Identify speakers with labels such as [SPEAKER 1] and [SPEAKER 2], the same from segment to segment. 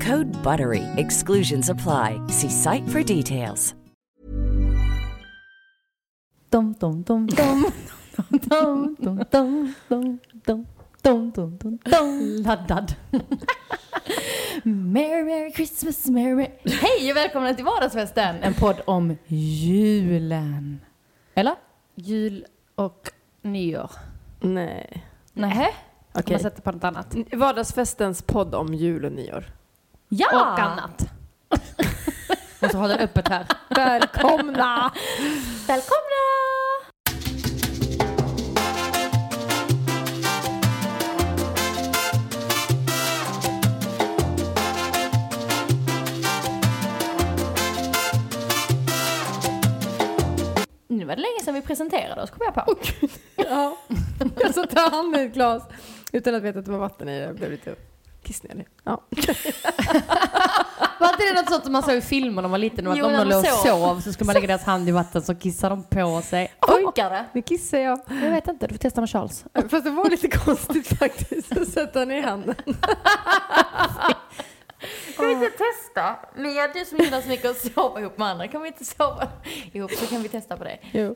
[SPEAKER 1] Code BUTTERY. Exclusions apply. See site for details.
[SPEAKER 2] Dum, dum, dum, dum. Dum, dum, dum, dum, dum. Dum, dum, dum, dum. Laddad. Merry, merry Christmas, merry, merry... Hej och välkomna till Vardagsfesten! En podd om julen. Eller? Jul och nyår.
[SPEAKER 3] Nej.
[SPEAKER 2] Nähä?
[SPEAKER 3] Okej.
[SPEAKER 2] Man sätter på något annat.
[SPEAKER 3] Vardagsfestens podd om jul och nyår.
[SPEAKER 2] Ja! Och annat. Måste hålla det öppet här.
[SPEAKER 3] Välkomna!
[SPEAKER 2] Välkomna! Nu var det länge sedan vi presenterade oss, kom jag på.
[SPEAKER 3] ja. Jag satt och handen i ett glas utan att veta att det var vatten i det. Jag blev lite kissnödig. Ja.
[SPEAKER 4] Var inte det något sånt som man såg i filmer när man var liten? Att
[SPEAKER 2] Jo,
[SPEAKER 4] om
[SPEAKER 2] när
[SPEAKER 4] de
[SPEAKER 2] de
[SPEAKER 4] låg och
[SPEAKER 2] sov.
[SPEAKER 4] sov så skulle man lägga deras hand i vatten så kissade de på sig.
[SPEAKER 2] Funkar det?
[SPEAKER 3] Nu kissar jag.
[SPEAKER 2] Jag vet inte, du får testa med Charles.
[SPEAKER 3] Fast det var lite konstigt faktiskt. Så sätter han i handen.
[SPEAKER 4] Kan vi inte testa? Mia, du som gillar så mycket att sova ihop med andra, kan vi inte sova ihop så kan vi testa på det.
[SPEAKER 3] Jo.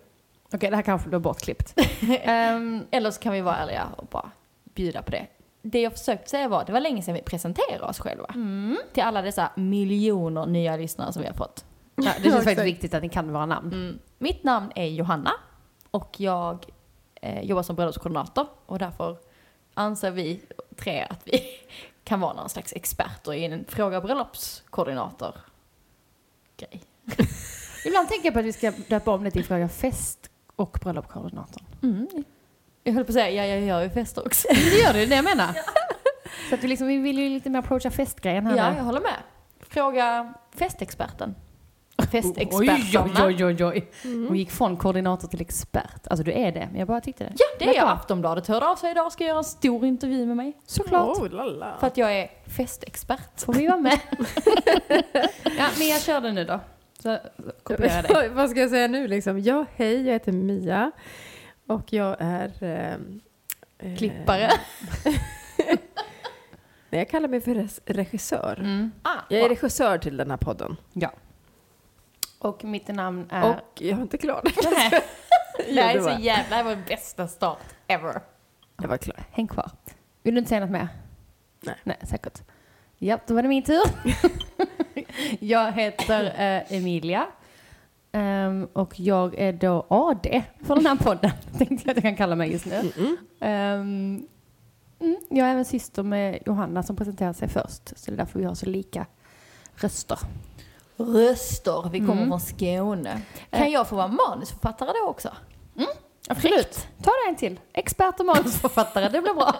[SPEAKER 2] Okej, det här kanske blir bortklippt.
[SPEAKER 4] Ehm, eller så kan vi vara ärliga och bara bjuda på det. Det jag försökte säga var, det var länge sedan vi presenterade oss själva.
[SPEAKER 2] Mm.
[SPEAKER 4] Till alla dessa miljoner nya lyssnare som vi har fått. Mm.
[SPEAKER 2] Ja, det
[SPEAKER 3] Ja,
[SPEAKER 2] känns
[SPEAKER 3] exakt.
[SPEAKER 2] faktiskt viktigt att ni kan våra namn.
[SPEAKER 4] Mitt namn är Johanna och jag eh, jobbar som bröllopskoordinator och därför anser vi tre att vi kan vara någon slags experter i en fråga bröllopskoordinator grej.
[SPEAKER 2] Ibland tänker jag på att vi ska döpa om det till Fråga Fest och bröllopskoordinatorn.
[SPEAKER 4] Jag höll på att säga, ja, jag gör ju fester också.
[SPEAKER 2] Men Mm. Det gör du, det är det jag menar. Så att vi, liksom, vi vill ju lite mer approacha festgrejen
[SPEAKER 4] Ja,
[SPEAKER 2] här
[SPEAKER 4] jag
[SPEAKER 2] nu.
[SPEAKER 4] håller med. Fråga festexperten.
[SPEAKER 2] Oj,
[SPEAKER 4] Festexperterna.
[SPEAKER 2] oj, oj, oj, oj. Hon Mm. gick från koordinator till expert. Alltså du är det, men jag bara tyckte det.
[SPEAKER 4] Ja, det är
[SPEAKER 2] Men
[SPEAKER 4] jag.
[SPEAKER 2] bra.
[SPEAKER 4] Aftonbladet hörde av sig idag och ska göra en stor intervju med mig.
[SPEAKER 2] Såklart.
[SPEAKER 3] Oh, lala.
[SPEAKER 4] För att jag är festexpert.
[SPEAKER 2] Får vi vara med? ja, men jag kör den nu då. Så kopierar jag dig.
[SPEAKER 3] Vad ska jag säga nu liksom? Ja, hej, jag heter Mia. Och jag är... ehm, eh,
[SPEAKER 4] Klippare.
[SPEAKER 3] Nej, jag kallar mig för res- regissör.
[SPEAKER 4] Ah,
[SPEAKER 3] Jag är regissör till den här podden.
[SPEAKER 2] Ja. Och mitt namn är...
[SPEAKER 3] Och jag är inte klar.
[SPEAKER 4] Nej.
[SPEAKER 3] Jo,
[SPEAKER 4] Det här är
[SPEAKER 3] det
[SPEAKER 4] så
[SPEAKER 3] var-
[SPEAKER 4] jävla, det här var den bästa start ever.
[SPEAKER 3] Jag var klar.
[SPEAKER 2] Häng kvar. Vill du inte säga något mer?
[SPEAKER 3] Nej.
[SPEAKER 2] Nej, säkert. Ja, då var det min tur. jag heter eh, Emilia. Ehm, och jag är då AD för den här podden. Tänkte jag att jag kan kalla mig just nu. Ehm, mm, jag är även syster med Johanna som presenterar sig först. Så det är därför vi har så lika röster. Mm.
[SPEAKER 4] Röster, vi kommer från Skåne.
[SPEAKER 2] Eh.
[SPEAKER 4] Kan jag få vara manusförfattare då också?
[SPEAKER 2] Absolut. Ta dig en till. Expert och manusförfattare, det blir bra.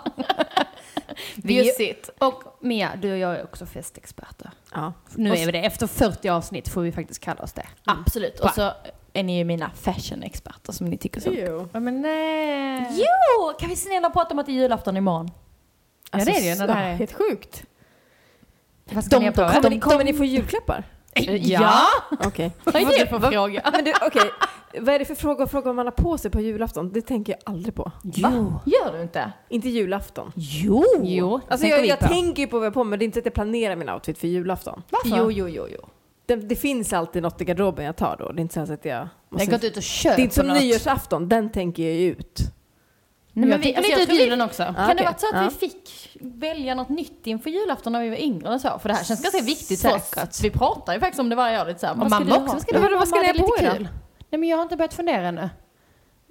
[SPEAKER 4] Bjussigt.
[SPEAKER 2] Och Mia, du och jag är också festexperter.
[SPEAKER 3] Ja.
[SPEAKER 2] Nu
[SPEAKER 4] Och
[SPEAKER 2] är vi det. Efter 40 avsnitt får vi faktiskt kalla oss det.
[SPEAKER 4] Absolut. Och så är ni ju mina fashionexperter som ni tycker så.
[SPEAKER 3] Jo.
[SPEAKER 2] Ja, men nej.
[SPEAKER 4] Jo! Kan vi snälla prata om att det är julafton imorgon?
[SPEAKER 2] Ja, det är det ju. när det här är-
[SPEAKER 3] Helt sjukt.
[SPEAKER 2] Vad ska ni ha på er?
[SPEAKER 3] Alltså, kommer, ni, kommer ni få julklappar?
[SPEAKER 2] Ja!
[SPEAKER 3] Okej.
[SPEAKER 4] Vad är Äh, det för fråga?
[SPEAKER 3] Men du, okej. Vad är det för fråga att fråga om man har på sig på julafton? Det tänker jag aldrig på.
[SPEAKER 2] Jo.
[SPEAKER 4] Gör du inte?
[SPEAKER 3] Inte julafton.
[SPEAKER 2] Jo. jo.
[SPEAKER 3] Alltså jag, jag tänker ju på vad jag har på mig, men det är inte att jag planerar min outfit för julafton.
[SPEAKER 4] Jo, jo, jo, jo.
[SPEAKER 3] Det, det finns alltid något i garderoben jag tar då. Det är inte så att jag...
[SPEAKER 4] Jag har
[SPEAKER 3] Måste,
[SPEAKER 4] gått ut och köpt
[SPEAKER 3] det är inte som
[SPEAKER 4] något.
[SPEAKER 3] nyårsafton, den tänker jag ju ut.
[SPEAKER 2] Nej, men
[SPEAKER 4] Jag
[SPEAKER 2] vi,
[SPEAKER 4] tycker-
[SPEAKER 2] alltså,
[SPEAKER 4] jag
[SPEAKER 2] jag
[SPEAKER 4] tror vi-
[SPEAKER 2] julen också.
[SPEAKER 4] Kan det
[SPEAKER 3] okej.
[SPEAKER 4] varit så att
[SPEAKER 3] Ja.
[SPEAKER 4] vi fick välja något nytt inför julafton när vi var yngre eller så? För det här känns ganska viktigt för
[SPEAKER 3] Säkert.
[SPEAKER 4] oss. Vi pratar ju faktiskt om det varje år lite så här,
[SPEAKER 2] Och
[SPEAKER 4] vad ska
[SPEAKER 2] mamma
[SPEAKER 4] du ha?
[SPEAKER 2] också. Vad ska
[SPEAKER 3] Ja,
[SPEAKER 2] du
[SPEAKER 3] vadå, vad ska
[SPEAKER 2] mamma,
[SPEAKER 3] ni ha
[SPEAKER 2] det är
[SPEAKER 3] på
[SPEAKER 2] lite
[SPEAKER 3] er
[SPEAKER 2] kul. Nej men jag har inte börjat fundera ännu.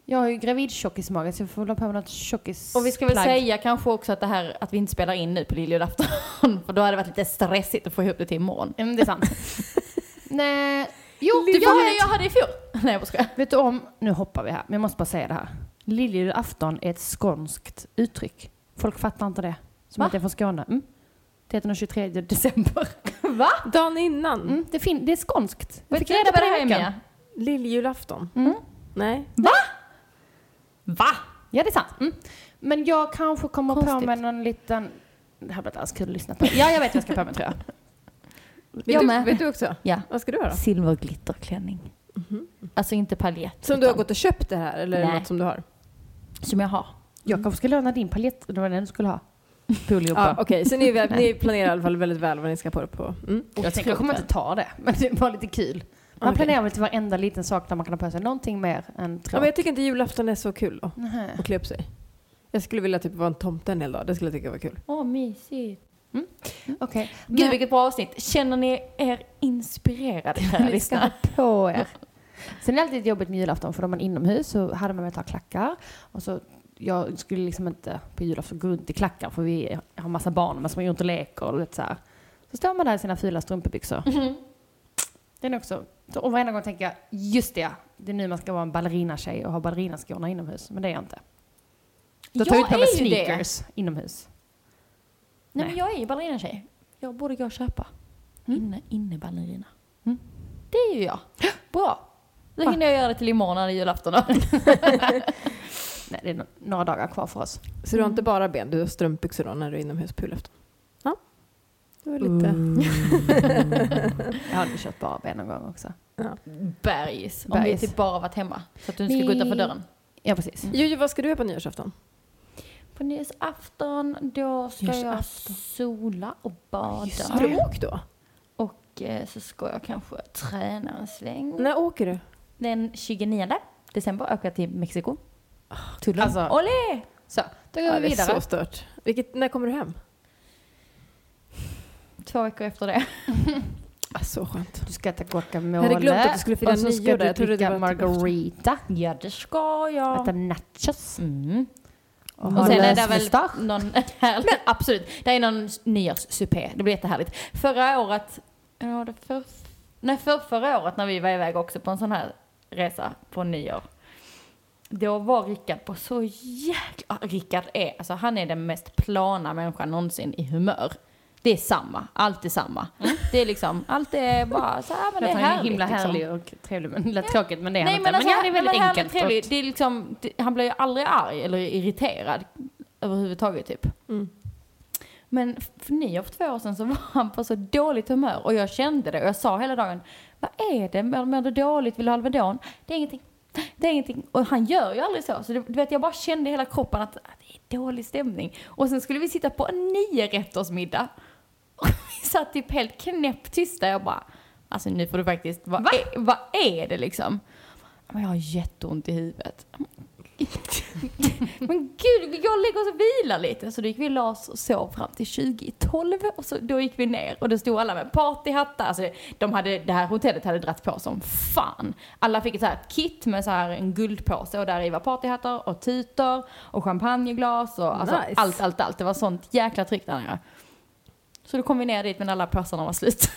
[SPEAKER 2] Jag har ju gravidtjockismage så jag får väl ha på mig något tjockis
[SPEAKER 4] Och vi ska väl
[SPEAKER 2] plagg.
[SPEAKER 4] säga kanske också att det här att vi inte spelar in nu på lilljulafton. För då hade det varit lite stressigt att få ihop det till imorgon.
[SPEAKER 2] Mm, det är sant. Nej, jo,
[SPEAKER 4] Du,
[SPEAKER 2] du
[SPEAKER 4] jag,
[SPEAKER 2] får
[SPEAKER 4] jag hade i fjol. Nej jag bara skojar.
[SPEAKER 2] Vet du om, nu hoppar vi här, men jag måste bara säga det här. Liljulafton är ett skånskt uttryck. Folk fattar inte det, som
[SPEAKER 4] Va?
[SPEAKER 2] inte är från Skåne. Mm. Det heter den 23 december.
[SPEAKER 3] Dagen innan?
[SPEAKER 2] Mm, det, fin- det är skånskt. Jag
[SPEAKER 4] Vet
[SPEAKER 2] fick
[SPEAKER 4] du
[SPEAKER 2] reda
[SPEAKER 4] inte
[SPEAKER 2] på
[SPEAKER 4] vad
[SPEAKER 2] det
[SPEAKER 4] det här
[SPEAKER 2] här
[SPEAKER 4] är
[SPEAKER 2] veckan.
[SPEAKER 4] med?
[SPEAKER 3] Lilljulafton?
[SPEAKER 4] Mm.
[SPEAKER 3] Nej.
[SPEAKER 4] Va?
[SPEAKER 2] Ja, det är sant. Mm. Men jag kanske kommer på
[SPEAKER 4] Konstigt.
[SPEAKER 2] mig någon liten... Det här blir inte alls kul att lyssna på. Ja, jag vet vad jag ska på mig tror jag.
[SPEAKER 3] Vet,
[SPEAKER 4] Jag
[SPEAKER 3] du,
[SPEAKER 4] med.
[SPEAKER 3] vet du också?
[SPEAKER 4] Ja.
[SPEAKER 3] Vad ska du ha då?
[SPEAKER 4] Silverglitterklänning. Alltså inte paljett.
[SPEAKER 3] Som du har
[SPEAKER 4] utan-
[SPEAKER 3] gått och köpt det här eller
[SPEAKER 4] Nej.
[SPEAKER 3] något som du har?
[SPEAKER 4] Som jag har.
[SPEAKER 2] Jag kanske ska låna din paljett, det var den du skulle ha. Poljobba.
[SPEAKER 3] Ja, Okej, så ni, är- ni planerar i alla fall väldigt väl vad ni ska på det på. Mm.
[SPEAKER 2] Jag tror jag kommer inte ta det, men det var lite kul. Man
[SPEAKER 3] Okej.
[SPEAKER 2] planerar väl till varenda liten sak där man kan ha på sig någonting mer än
[SPEAKER 3] Ja,
[SPEAKER 2] tråd.
[SPEAKER 3] men jag tycker inte julafton är så kul då,
[SPEAKER 2] Nähä.
[SPEAKER 3] att klä upp sig. Jag skulle vilja typ vara en tomte en hel dag. Det skulle jag tycka var kul.
[SPEAKER 4] Åh mysigt.
[SPEAKER 2] Okej.
[SPEAKER 4] Gud vilket bra avsnitt. Känner ni er inspirerade? kära
[SPEAKER 2] Ni ska
[SPEAKER 4] lyssnare?
[SPEAKER 2] ha på er. Sen är det alltid jobbigt med julafton för om man är inomhus så hade man velat ha klackar. Och så, jag skulle liksom inte på julafton gå runt i klackar för vi har massa barn men som är runt och leker och vet så här. Så står man där i sina fula strumpbyxor. Den är också, och varenda gång tänker jag, just det, det är nu man ska vara en ballerinatjej och ha ballerinaskorna inomhus. Men det är jag inte. Då tar jag ut på mig
[SPEAKER 4] är ju det.
[SPEAKER 2] sneakers inomhus.
[SPEAKER 4] Nej, Mm.
[SPEAKER 2] Nej.
[SPEAKER 4] men jag är ju ballerinatjej. Jag borde gå och köpa. Inne, inne ballerina.
[SPEAKER 2] Mm.
[SPEAKER 4] Det är ju jag. Bra. Då hinner jag göra det till imorgon när det är julafton.
[SPEAKER 2] Nej, det är no- några dagar kvar för oss.
[SPEAKER 3] Så du har inte bara ben, du har strumpbyxor då när du är inomhus på julafton? Ja. Det var lite...
[SPEAKER 2] Mm. Jag hade kört bara ben någon gång också.
[SPEAKER 4] Bergis. Om
[SPEAKER 2] Bergis.
[SPEAKER 4] vi typ bara varit hemma. Så att du inte ska
[SPEAKER 2] Vi-
[SPEAKER 4] gå utanför dörren.
[SPEAKER 2] Ja, precis.
[SPEAKER 3] Jojo, vad ska du göra på nyårsafton?
[SPEAKER 4] På nyårsafton då ska jag
[SPEAKER 3] Nyårsafton.
[SPEAKER 4] sola och
[SPEAKER 3] Har
[SPEAKER 4] bada.
[SPEAKER 3] du åkt då?
[SPEAKER 4] Och eh, så ska jag kanske träna en sväng.
[SPEAKER 3] När åker du?
[SPEAKER 4] Den 29 december åker jag till Mexiko. Tullen.
[SPEAKER 2] Alltså-
[SPEAKER 4] Olé!
[SPEAKER 2] Så, då går vi
[SPEAKER 3] det är så
[SPEAKER 2] vidare.
[SPEAKER 3] stört. Vilket, när kommer du hem?
[SPEAKER 4] Två veckor efter det.
[SPEAKER 3] Ah, så skönt.
[SPEAKER 2] Du ska äta guacamole.
[SPEAKER 3] Jag hade glömt att du skulle fira
[SPEAKER 2] Och så
[SPEAKER 3] nyår
[SPEAKER 2] ska
[SPEAKER 3] där.
[SPEAKER 2] du
[SPEAKER 3] Jag trodde det
[SPEAKER 2] dricka
[SPEAKER 3] var typ
[SPEAKER 2] margarita.
[SPEAKER 4] Ja, det ska jag.
[SPEAKER 2] Äta nachos.
[SPEAKER 4] Mm.
[SPEAKER 2] Och,
[SPEAKER 4] Och
[SPEAKER 2] ha
[SPEAKER 4] sen är det väl
[SPEAKER 2] lösmustasch.
[SPEAKER 4] någon härlig, absolut, det är någon nyårssupé, det blir jättehärligt. Förra året, eller var det för, nej för, förra året när vi var iväg också på en sån här resa på nyår. Då var Rickard på så jäkla, ah, Rickard är, alltså han är den mest plana människan någonsin i humör. Det är samma, allt är samma. Det är liksom, allt är bara så här, men det är
[SPEAKER 2] Lät han är
[SPEAKER 4] härligt.
[SPEAKER 2] himla
[SPEAKER 4] liksom.
[SPEAKER 2] härlig och trevlig. Men lät tråkigt, men det är han
[SPEAKER 4] Nej
[SPEAKER 2] inte.
[SPEAKER 4] men, alltså,
[SPEAKER 2] ja, det är väldigt
[SPEAKER 4] men
[SPEAKER 2] enkelt.
[SPEAKER 4] Han,
[SPEAKER 2] och-
[SPEAKER 4] det är liksom, det- han blir ju aldrig arg eller irriterad överhuvudtaget typ.
[SPEAKER 3] Mm.
[SPEAKER 4] Men f- för nio, för två år sedan så var han på så dåligt humör och jag kände det och jag sa hela dagen vad är det, mår mår du dåligt, vill du ha Alvedon? Det är ingenting. Det är ingenting. Och han gör ju aldrig så. Så det, du vet, jag bara kände i hela kroppen att, att det är dålig stämning. Och sen skulle vi sitta på en nio middag. Och vi satt typ helt knäpptysta. Jag bara, alltså nu får du faktiskt, vad, Är, vad är det liksom? Men jag har jätteont i huvudet. Men gud, vi går och lägger oss och vilar lite. Så då gick vi och la oss och sov fram till 20 i 12 och så, då gick vi ner och då stod alla med partyhattar. Alltså, de hade, det här hotellet hade dratt på som fan. Alla fick ett så här kit med så här en guldpåse och där i var partyhattar och tutor och champagneglas och alltså,
[SPEAKER 3] Nice.
[SPEAKER 4] allt, allt, allt. Det var sånt jäkla tryck där nere. Så då kom vi ner dit men alla påsarna var slut.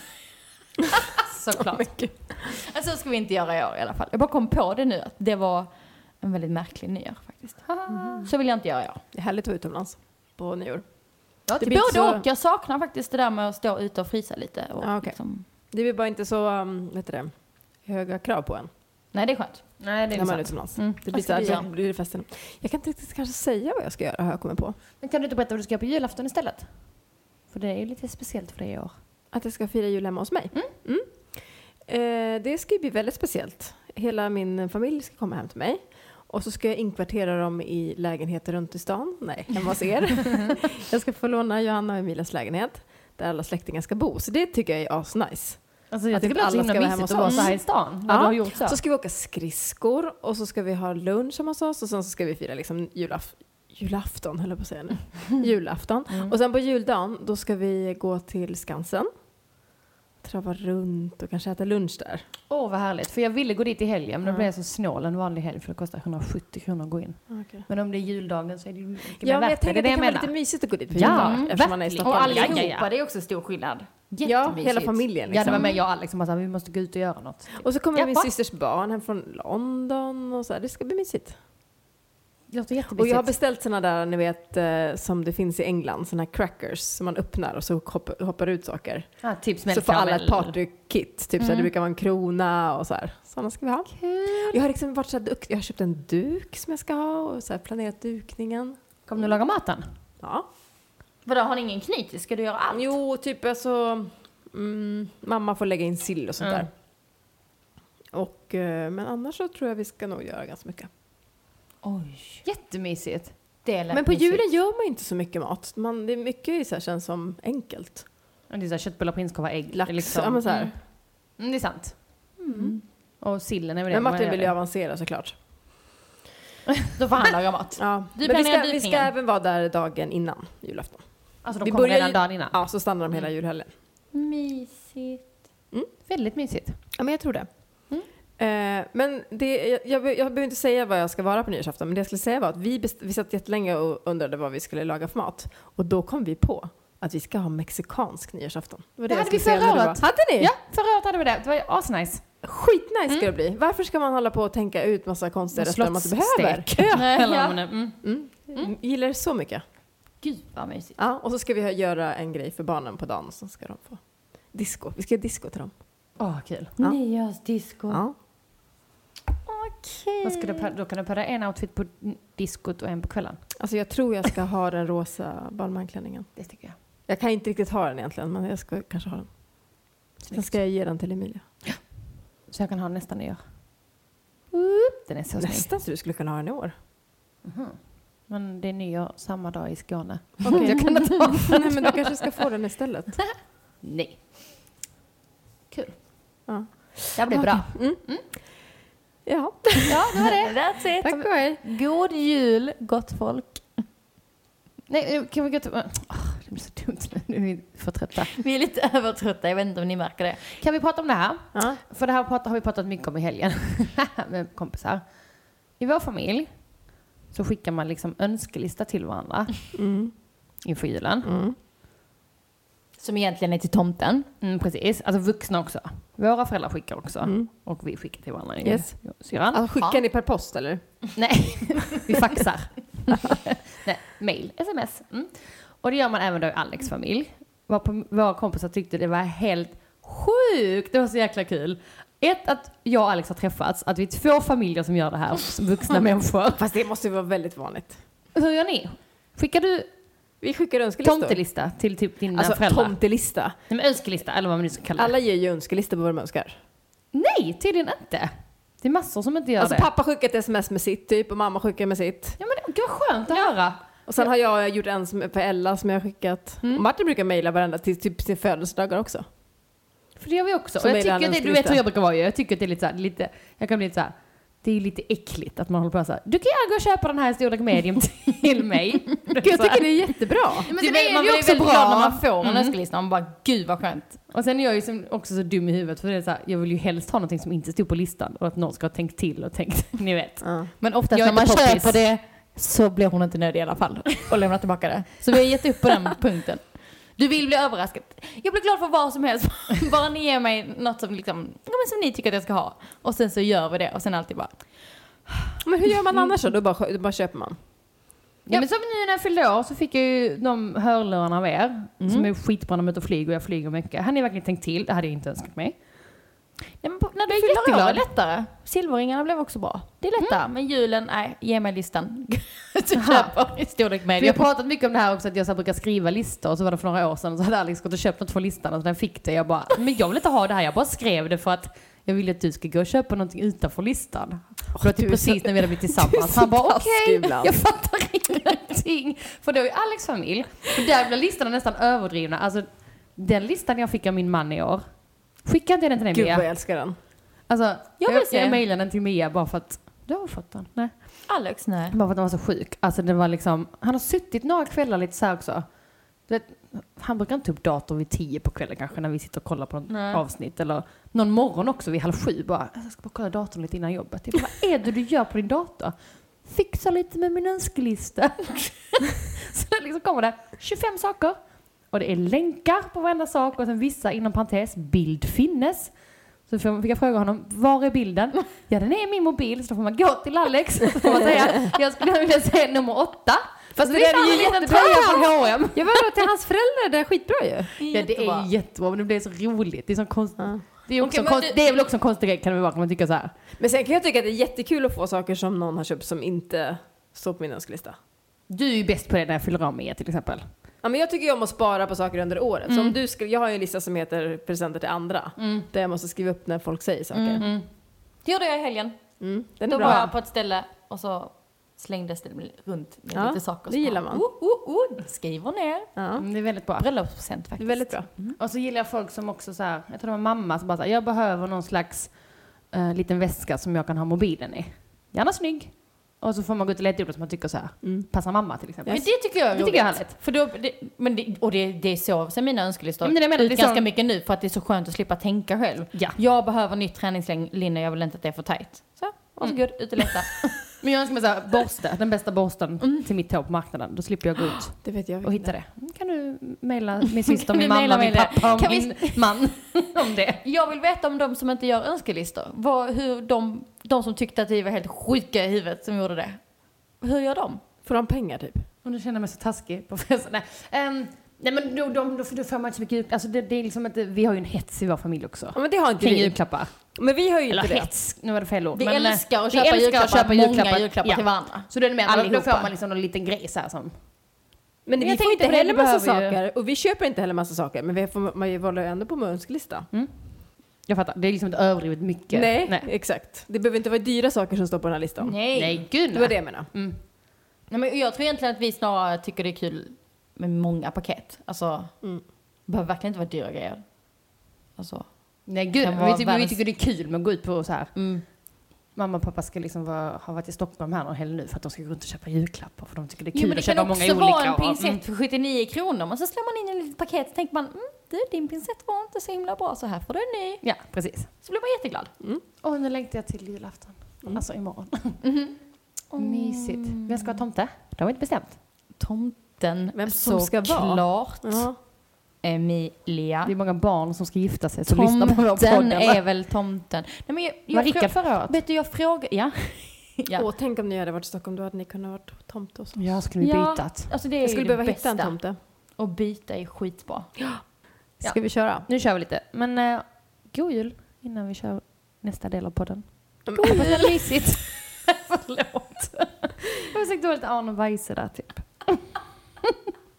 [SPEAKER 4] Såklart. Alltså så ska vi inte göra i år i alla fall. Jag bara kom på det nu att det var en väldigt märklig nyår faktiskt.
[SPEAKER 2] Mm.
[SPEAKER 4] Så vill jag inte göra i år.
[SPEAKER 3] Det är härligt att vara utomlands på nyår.
[SPEAKER 4] Ja,
[SPEAKER 3] det
[SPEAKER 4] det
[SPEAKER 3] blir
[SPEAKER 4] både
[SPEAKER 3] typ inte så-
[SPEAKER 4] och. Jag saknar faktiskt det där med att stå ute och frysa lite. Och
[SPEAKER 3] Ja, okej.
[SPEAKER 4] liksom...
[SPEAKER 3] Det blir bara inte så um, vet du det, höga krav på en
[SPEAKER 4] Nej, det är skönt.
[SPEAKER 2] Nej, det
[SPEAKER 3] när
[SPEAKER 2] är
[SPEAKER 3] man är
[SPEAKER 2] sant.
[SPEAKER 3] utomlands.
[SPEAKER 4] Mm.
[SPEAKER 3] Det blir
[SPEAKER 4] Vad
[SPEAKER 3] så
[SPEAKER 4] ska
[SPEAKER 3] här,
[SPEAKER 4] vi
[SPEAKER 3] då
[SPEAKER 4] göra?
[SPEAKER 3] blir det festen. Jag kan inte riktigt kanske säga vad jag ska göra har jag kommit på.
[SPEAKER 2] Men kan du inte berätta vad du ska göra på julafton istället? För det är ju lite speciellt för dig i år.
[SPEAKER 3] Att jag ska fira jul hemma hos mig. Mm. Eh, det ska ju bli väldigt speciellt. Hela min familj ska komma hem till mig. Och så ska jag inkvartera dem i lägenheter runt i stan. Nej, hemma hos er. jag ska få låna Johanna och Emilias lägenhet. Där alla släktingar ska bo. Så det tycker jag är asnice.
[SPEAKER 2] Alltså
[SPEAKER 3] jag
[SPEAKER 2] jag
[SPEAKER 3] tycker det
[SPEAKER 2] tycker
[SPEAKER 3] låter så himla mysigt
[SPEAKER 2] alla ska vara hemma hos
[SPEAKER 3] att vara
[SPEAKER 2] oss
[SPEAKER 3] så här
[SPEAKER 2] här
[SPEAKER 3] i
[SPEAKER 2] i stan. När
[SPEAKER 3] Ja,
[SPEAKER 2] du har gjort så.
[SPEAKER 3] Så ska vi åka skridskor och så ska vi ha lunch hemma hos oss och sen så ska vi fira liksom julaf- julafton, höll jag på att säga nu. julafton. Och sen på juldagen, då ska vi gå till Skansen. Trava runt och kanske äta lunch där.
[SPEAKER 2] Åh, vad härligt. För jag ville gå dit i helgen, men då
[SPEAKER 3] Ja.
[SPEAKER 2] blev jag så snål en vanlig helg för det kostar 170 kronor att gå in. Men om det är juldagen så är det ju mycket
[SPEAKER 3] Ah, Ja,
[SPEAKER 2] mer
[SPEAKER 3] men
[SPEAKER 2] värt
[SPEAKER 3] jag
[SPEAKER 2] det.
[SPEAKER 3] tänker
[SPEAKER 2] Det är
[SPEAKER 3] att det
[SPEAKER 2] det
[SPEAKER 3] kan
[SPEAKER 2] jag
[SPEAKER 3] vara lite
[SPEAKER 2] menar.
[SPEAKER 3] mysigt att gå dit på
[SPEAKER 2] Ja,
[SPEAKER 3] juldagen eftersom man är i
[SPEAKER 4] verkligen.
[SPEAKER 3] Stockholm.
[SPEAKER 4] Och allihopa,
[SPEAKER 2] Ja, ja, ja.
[SPEAKER 4] det är också stor skillnad.
[SPEAKER 3] Ja,
[SPEAKER 4] Jättemysigt.
[SPEAKER 3] hela familjen
[SPEAKER 2] Ja, det var
[SPEAKER 3] liksom.
[SPEAKER 2] med jag och Alex som bara så här, vi måste gå ut och göra något.
[SPEAKER 3] Och så kommer
[SPEAKER 2] Ja,
[SPEAKER 3] min
[SPEAKER 2] va?
[SPEAKER 3] systers barn hem från London och så här. Det ska bli mysigt.
[SPEAKER 2] Det låter
[SPEAKER 3] Och jag har
[SPEAKER 2] jättemysigt.
[SPEAKER 3] beställt såna där, ni vet, eh, som det finns i England, såna här crackers som man öppnar och så hoppar, hoppar ut saker.
[SPEAKER 2] Ah, tips
[SPEAKER 3] Så
[SPEAKER 2] med
[SPEAKER 3] får alla ett
[SPEAKER 2] karamell.
[SPEAKER 3] partykit, typ så här, det brukar vara en krona och så här. Sådana ska vi ha. Jag har liksom varit så här duktig, jag har köpt en duk som jag ska ha och så här planerat dukningen.
[SPEAKER 2] Kommer du laga maten?
[SPEAKER 3] Ja.
[SPEAKER 4] Vadå, har ni ingen knytis? Ska du göra allt?
[SPEAKER 3] Jo, typ alltså, mm, mamma får lägga in sill och sånt
[SPEAKER 4] Mm.
[SPEAKER 3] där. Och, eh, men annars så tror jag vi ska nog göra ganska mycket.
[SPEAKER 4] Oj.
[SPEAKER 2] Jättemysigt.
[SPEAKER 4] Det lät
[SPEAKER 3] Men på
[SPEAKER 4] mysigt.
[SPEAKER 3] julen gör man inte så mycket mat. Man, det är mycket är så här, känns som enkelt.
[SPEAKER 2] Ja, Det är så här, köttbullar, prinskorvar, ägg.
[SPEAKER 3] Lax,
[SPEAKER 2] liksom.
[SPEAKER 3] ja men så här.
[SPEAKER 2] Mm. Mm, det är sant. Mm. Och sillen är väl det
[SPEAKER 3] Men
[SPEAKER 2] man
[SPEAKER 3] Martin
[SPEAKER 2] gör
[SPEAKER 3] vill ju
[SPEAKER 2] det.
[SPEAKER 3] avancera såklart.
[SPEAKER 4] Då får han laga mat.
[SPEAKER 3] Ja.
[SPEAKER 4] Du
[SPEAKER 3] men vi ska,
[SPEAKER 4] planerar
[SPEAKER 3] vi ska
[SPEAKER 4] dukningen.
[SPEAKER 3] även vara där dagen innan julafton.
[SPEAKER 2] Alltså de
[SPEAKER 3] vi
[SPEAKER 2] kommer
[SPEAKER 3] börjar
[SPEAKER 2] redan
[SPEAKER 3] ju-
[SPEAKER 2] dagen innan. Mm.
[SPEAKER 3] Ja, så stannar de hela julhelgen.
[SPEAKER 4] Mysigt.
[SPEAKER 2] Väldigt mysigt.
[SPEAKER 3] Ja, men jag tror det.
[SPEAKER 2] Mm.
[SPEAKER 3] Eh, men det, jag, jag, jag behöver inte säga vad jag ska vara på nyårsafton, men det jag skulle säga var att vi, best, vi satt jättelänge och undrade vad vi skulle laga för mat. Och då kom vi på att vi ska ha mexikansk nyårsafton. var
[SPEAKER 2] Det
[SPEAKER 3] jag
[SPEAKER 2] hade vi
[SPEAKER 3] skulle säga
[SPEAKER 2] förra
[SPEAKER 3] när du
[SPEAKER 2] året.
[SPEAKER 3] var- Hade ni?
[SPEAKER 2] Ja, förra året hade vi det. Det var ju asnice.
[SPEAKER 3] Skitnice ska det bli. Varför ska man hålla på och tänka ut massa konstiga rätter man inte behöver?
[SPEAKER 2] Slottsstek.
[SPEAKER 3] Ja.
[SPEAKER 2] Eller
[SPEAKER 4] ja.
[SPEAKER 2] om man är- mm.
[SPEAKER 3] Mm. Gillar det så mycket.
[SPEAKER 4] Gud vad mysigt.
[SPEAKER 3] Ja, och så ska vi göra en grej för barnen på dagen. Så ska de få disco. Vi ska göra disco till dem.
[SPEAKER 2] Åh, kul.
[SPEAKER 3] Ja.
[SPEAKER 4] Nyårsdisco.
[SPEAKER 3] Ja.
[SPEAKER 4] Okej.
[SPEAKER 2] Vad ska du,
[SPEAKER 3] Mm.
[SPEAKER 2] pa- då kan du pöra en outfit på diskot och en på kvällen.
[SPEAKER 3] Alltså jag tror jag ska ha den rosa balmainklänningen.
[SPEAKER 2] Det tycker jag.
[SPEAKER 3] Jag kan inte riktigt ha den egentligen, men jag ska kanske ha den. Sen ska jag ge den till Emilia.
[SPEAKER 2] Så jag kan ha nästan nyår. Den är så snygg.
[SPEAKER 3] Nästan så du skulle kunna ha den i år.
[SPEAKER 2] Men det är nyår samma dag i Skåne.
[SPEAKER 3] Okej.
[SPEAKER 2] Jag kan inte ha
[SPEAKER 3] Nej, men du kanske ska få den istället.
[SPEAKER 2] Nej. Kul.
[SPEAKER 3] Ja.
[SPEAKER 4] Det här blir bra.
[SPEAKER 3] Ja.
[SPEAKER 4] Ja, det var det. That's it.
[SPEAKER 3] Tack och hej.
[SPEAKER 4] God jul, gott folk.
[SPEAKER 2] Nej, eh, kan vi gå till... Åh, det blir så dumt nu. Nu är vi för trötta.
[SPEAKER 4] Vi är lite övertrötta, jag vet inte om ni märker det.
[SPEAKER 2] Kan vi prata om det här?
[SPEAKER 3] Ja.
[SPEAKER 2] För det här pratar- har vi pratat mycket om i helgen med kompisar. I vår familj så skickar man liksom önskelista till varandra
[SPEAKER 3] Mm,
[SPEAKER 2] inför julen.
[SPEAKER 4] Som egentligen är till tomten.
[SPEAKER 2] Mm, precis, alltså vuxna också. Våra föräldrar skickar också och vi skickar till varandra.
[SPEAKER 3] Mm. Yes.
[SPEAKER 2] Syrran?
[SPEAKER 3] Alltså, skickar ni per post eller?
[SPEAKER 2] Nej, vi faxar. Nej, mail, sms. Mm. Och det gör man även då i Alex familj. Var på, våra kompisar tyckte det var helt sjukt. Det var så jäkla kul. Ett, att jag och Alex har träffats. Att vi är två familjer som gör det här, som vuxna människor.
[SPEAKER 3] Fast det måste ju vara väldigt vanligt.
[SPEAKER 2] Hur gör ni? Skickar du
[SPEAKER 3] Vi skickar önskelistor.
[SPEAKER 2] tomtelista till typ dina
[SPEAKER 3] Alltså
[SPEAKER 2] föräldrar?
[SPEAKER 3] tomtelista.
[SPEAKER 2] Nej, men önskelista, eller vad man nu ska kalla det.
[SPEAKER 3] Alla ger ju önskelistor på vad de önskar.
[SPEAKER 2] Nej, tydligen inte. Det är massor som inte gör
[SPEAKER 3] Alltså
[SPEAKER 2] det.
[SPEAKER 3] pappa skickar ett sms med sitt typ och mamma skickar med sitt.
[SPEAKER 2] Ja, men det- gud vad skönt att höra.
[SPEAKER 3] Och sen har jag gjort en som är för Ella som jag har skickat. Och Martin brukar mejla varandra till typ sin födelsedagar också.
[SPEAKER 2] För det gör vi också. Och
[SPEAKER 3] Som
[SPEAKER 2] jag
[SPEAKER 3] är
[SPEAKER 2] tycker
[SPEAKER 3] den
[SPEAKER 2] att det, du vet
[SPEAKER 3] önskelista.
[SPEAKER 2] hur jag brukar vara ju. Jag tycker att det är lite så här, lite, jag kan bli lite så här, det är ju lite äckligt att man håller på så här, du kan gärna gå och köpa den här i storlek medium till mig.
[SPEAKER 3] Gud, jag tycker det är jättebra.
[SPEAKER 4] Men
[SPEAKER 2] Det
[SPEAKER 4] sen
[SPEAKER 2] är-
[SPEAKER 4] är
[SPEAKER 2] man
[SPEAKER 4] det ju
[SPEAKER 2] blir
[SPEAKER 4] också
[SPEAKER 2] väldigt
[SPEAKER 4] bra Mm.
[SPEAKER 2] glad
[SPEAKER 4] när man får en önskelista. Man bara, gud vad skönt.
[SPEAKER 2] Och sen är jag ju som- också så dum i huvudet för det är så här, jag vill ju helst ha någonting som inte stod på listan och att någon ska ha tänkt till och tänkt, ni vet.
[SPEAKER 4] Men oftast
[SPEAKER 2] Jag
[SPEAKER 4] när
[SPEAKER 2] är
[SPEAKER 4] man
[SPEAKER 2] inte poppis.
[SPEAKER 4] köper det så blir hon inte nöjd i alla fall och lämnar tillbaka det. Så vi har gett upp på den punkten. Du vill bli överraskad. Jag blir glad för vad som helst. Bara ni ger mig något som, liksom, ja, men som ni tycker att jag ska ha. Och sen så gör vi det och sen alltid bara.
[SPEAKER 3] Men hur gör man annars då? Då bara, då bara köper man.
[SPEAKER 2] Ja, men som nu när jag fyllde år så fick jag ju de hörlurarna av er
[SPEAKER 4] Mm.
[SPEAKER 2] som är skitbra när man är ute och flyger och jag flyger mycket. Hade ni verkligen tänkt till? Det hade jag inte önskat mig.
[SPEAKER 4] Nej, men på- när du
[SPEAKER 2] Jag är
[SPEAKER 4] fyller år
[SPEAKER 2] jätteglad.
[SPEAKER 4] är det lättare. Silverringarna blev också bra. Det är
[SPEAKER 2] Mm.
[SPEAKER 4] lättare. Men julen, nej, ge mig listan. Du köper i storlek
[SPEAKER 2] Vi har
[SPEAKER 4] medium.
[SPEAKER 2] pratat mycket om det här också att jag så här brukar skriva listor och så var det för några år sedan och så hade Alex gått och köpt något från listan och så när jag fick det jag bara, men jag vill inte ha det här, jag bara skrev det för att jag ville att du ska gå och köpa någonting utanför listan. Och det var typ
[SPEAKER 3] du är så-
[SPEAKER 2] precis när vi hade blivit tillsammans.
[SPEAKER 3] så
[SPEAKER 2] Han bara
[SPEAKER 3] taskig
[SPEAKER 2] okej,
[SPEAKER 3] ibland."
[SPEAKER 2] jag fattar ingenting. För då är Alex familj, för där blir listorna nästan överdrivna. Alltså den listan jag fick av min man i år, skicka inte den till dig
[SPEAKER 3] Gud vad
[SPEAKER 2] Mia.
[SPEAKER 3] jag älskar den.
[SPEAKER 2] Alltså, jag,
[SPEAKER 4] vill
[SPEAKER 2] jag,
[SPEAKER 4] se.
[SPEAKER 2] mejlade den till Mia bara för att Du har väl fått den? Nej.
[SPEAKER 4] Alex, nej.
[SPEAKER 2] Bara för att han var så sjuk. Alltså det var liksom, han har suttit några kvällar lite så här också. Du vet, han brukar inte ta upp datorn vid tio på kvällen kanske när vi sitter och kollar på något
[SPEAKER 4] Nej.
[SPEAKER 2] avsnitt. Eller någon morgon också vid halv sju bara, "Alltså, jag ska bara kolla datorn lite innan jobbet. Jag bara, vad är det du gör på din dator? Fixa lite med min önskelista. så det liksom kommer det 25 saker. Och det är länkar på varenda sak och sen vissa inom parentes, bild finnes. Så får- fick jag fråga honom, var är bilden? Ja, den är i min mobil, så då får man gå till Alex och så får man säga, jag skulle vilja se nummer åtta. Fast
[SPEAKER 3] det är ju jättebra.
[SPEAKER 2] från H&M.
[SPEAKER 3] Jag var till hans föräldrar, det är skitbra ju.
[SPEAKER 2] Ja, det är jättebra, men det blir så roligt. Det är, sån konst...
[SPEAKER 3] Ja.
[SPEAKER 2] det är, också
[SPEAKER 4] Okej, men
[SPEAKER 2] konst...
[SPEAKER 4] du-
[SPEAKER 2] det är väl också en konstig grej kan det väl vara, kan man tycka så här.
[SPEAKER 3] Men sen kan jag tycka att det är jättekul att få saker som någon har köpt som inte står på min önskelista.
[SPEAKER 2] Du är ju bäst på det när jag fyller av med till exempel.
[SPEAKER 3] Ja, men jag tycker ju om att spara på saker under året. Så om du skri- jag har ju en lista som heter presenter till andra. Där jag måste skriva upp när folk säger saker. Mm.
[SPEAKER 4] Det gjorde jag i helgen.
[SPEAKER 3] Den är
[SPEAKER 4] Då
[SPEAKER 3] bra.
[SPEAKER 4] var jag på ett ställe och så slängdes det runt med
[SPEAKER 3] Ja,
[SPEAKER 4] lite saker.
[SPEAKER 3] det
[SPEAKER 4] Så
[SPEAKER 3] gillar
[SPEAKER 4] bara,
[SPEAKER 3] man.
[SPEAKER 4] Oh, oh, oh, skriver ner.
[SPEAKER 3] Ja.
[SPEAKER 2] Mm, Det är väldigt bra. Mm.
[SPEAKER 4] Bröllopspresent
[SPEAKER 3] Det är
[SPEAKER 4] faktiskt.
[SPEAKER 3] väldigt bra.
[SPEAKER 2] Och så gillar jag folk som också så här, jag tror det var mamma som bara så här, jag behöver någon slags eh, liten väska som jag kan ha mobilen i. Gärna snygg. Och så får man gå ut och leta upp det som man tycker så här, passar mamma till exempel.
[SPEAKER 4] Men det tycker jag är
[SPEAKER 2] Det tycker jag är härligt.
[SPEAKER 4] För då, det, men det, och det, det är så sen mina önskelistor
[SPEAKER 2] Ja, men det är med-
[SPEAKER 4] ut
[SPEAKER 2] det är så-
[SPEAKER 4] ganska mycket nu för att det är så skönt att slippa tänka själv.
[SPEAKER 2] Ja.
[SPEAKER 4] Jag behöver nytt träningslinne, jag vill inte att det är för tajt. Så, varsågod,
[SPEAKER 2] Mm.
[SPEAKER 4] ut och leta.
[SPEAKER 2] Men jag önskar mig så här, borste, den bästa borsten till mitt hår på marknaden. Då slipper jag gå ut
[SPEAKER 3] Det vet jag.
[SPEAKER 2] och hitta det. Mm, Kan du mejla min syster, min
[SPEAKER 4] du
[SPEAKER 2] mamma,
[SPEAKER 4] mejla mig
[SPEAKER 2] min
[SPEAKER 4] det?
[SPEAKER 2] pappa och
[SPEAKER 4] Kan vi-
[SPEAKER 2] min man om det?
[SPEAKER 4] Jag vill veta om de som inte gör önskelistor. Vad, hur de, de som tyckte att vi var helt sjuka i huvudet som gjorde det. Hur gör de?
[SPEAKER 3] Får han pengar typ?
[SPEAKER 2] Och nu känner jag mig så taskig på festen. Nej, Ehm, nej men då, då, då, då får man inte så mycket julklappar. Alltså det, det är liksom inte, vi har ju en hets i vår familj också.
[SPEAKER 3] Ja, men det har inte
[SPEAKER 2] Kring
[SPEAKER 3] vi.
[SPEAKER 2] julklappar.
[SPEAKER 3] Men vi har ju inte
[SPEAKER 2] Eller
[SPEAKER 3] det.
[SPEAKER 2] hets, nu var det fel ord.
[SPEAKER 4] Vi
[SPEAKER 2] Men, eh,
[SPEAKER 4] älskar att
[SPEAKER 2] vi
[SPEAKER 4] köpa
[SPEAKER 2] älskar
[SPEAKER 4] julklappar,
[SPEAKER 2] att köpa
[SPEAKER 4] många
[SPEAKER 2] julklappar.
[SPEAKER 4] julklappar
[SPEAKER 2] Ja.
[SPEAKER 4] till varandra.
[SPEAKER 2] Så då är det mer, då- då
[SPEAKER 4] Allihopa.
[SPEAKER 2] får man liksom någon liten grej så här som...
[SPEAKER 3] Men
[SPEAKER 2] Jag
[SPEAKER 3] vi
[SPEAKER 2] tänkte
[SPEAKER 3] får inte
[SPEAKER 2] på det,
[SPEAKER 3] heller
[SPEAKER 2] du
[SPEAKER 3] massa
[SPEAKER 2] behöver ju-
[SPEAKER 3] saker. Och vi köper inte heller massa saker. Men vi får, man ju håller ändå på med önskelista.
[SPEAKER 2] Jag fattar, det är liksom inte överdrivet mycket.
[SPEAKER 3] Nej,
[SPEAKER 2] nej.
[SPEAKER 3] exakt. Det behöver inte vara dyra saker som står på den här listan.
[SPEAKER 4] Nej. Nej.
[SPEAKER 2] Nej, gud
[SPEAKER 3] Det var
[SPEAKER 2] nej.
[SPEAKER 3] det jag menade.
[SPEAKER 4] men jag tror egentligen att vi snarare tycker det är kul med många paket. Alltså, det behöver verkligen inte vara dyra grejer. Alltså,
[SPEAKER 2] Nej, gud.
[SPEAKER 4] Kan
[SPEAKER 2] Vi,
[SPEAKER 4] vara
[SPEAKER 2] tycker- vi
[SPEAKER 4] världens-
[SPEAKER 2] tycker det är kul med att gå ut på så här.
[SPEAKER 4] mm.
[SPEAKER 2] Mamma och pappa ska liksom vara, ha varit i Stockholm här någon helg nu för att de ska gå runt och köpa julklappar för de tycker det är kul
[SPEAKER 4] Jo, men det
[SPEAKER 2] att
[SPEAKER 4] kan
[SPEAKER 2] köpa många olika.
[SPEAKER 4] också vara en
[SPEAKER 2] och-
[SPEAKER 4] pincett
[SPEAKER 2] mm.
[SPEAKER 4] för 79 kronor. Men så slår man in en litet paket så tänker man, mm, du din pincett var inte så himla bra så här får du en ny.
[SPEAKER 2] Ja, precis.
[SPEAKER 4] Så blir man jätteglad.
[SPEAKER 2] Och nu längtar jag till julafton. Alltså imorgon. Mysigt. Vem ska ha tomte? Mm. Det har vi inte bestämt.
[SPEAKER 4] Tomten
[SPEAKER 3] Vem som ska vara.
[SPEAKER 4] såklart.
[SPEAKER 3] Ja.
[SPEAKER 4] Emilia.
[SPEAKER 2] Det är många barn som ska gifta sig som lyssnar på vår podd.
[SPEAKER 4] Tomten
[SPEAKER 2] eller?
[SPEAKER 4] är väl tomten. Nej, men jag,
[SPEAKER 2] Var
[SPEAKER 4] jag
[SPEAKER 2] Rickard
[SPEAKER 4] frå-
[SPEAKER 2] förra året?
[SPEAKER 4] Vet du, jag frågar... Ja. ja.
[SPEAKER 3] Åh, tänk om ni hade varit i Stockholm, då hade ni kunnat vara tomte och så.
[SPEAKER 2] Ja, skulle vi bytat.
[SPEAKER 4] alltså det är
[SPEAKER 3] Jag
[SPEAKER 4] ju
[SPEAKER 3] skulle
[SPEAKER 4] det
[SPEAKER 3] behöva hitta
[SPEAKER 4] bästa.
[SPEAKER 3] en tomte.
[SPEAKER 4] Och byta är skitbra.
[SPEAKER 3] Ska vi köra?
[SPEAKER 2] Nu kör vi lite. Men eh, god jul innan vi kör nästa del av podden.
[SPEAKER 3] Mm.
[SPEAKER 2] God jul! Det var mysigt. Förlåt. Jag har sagt dåligt Arne Weise där typ.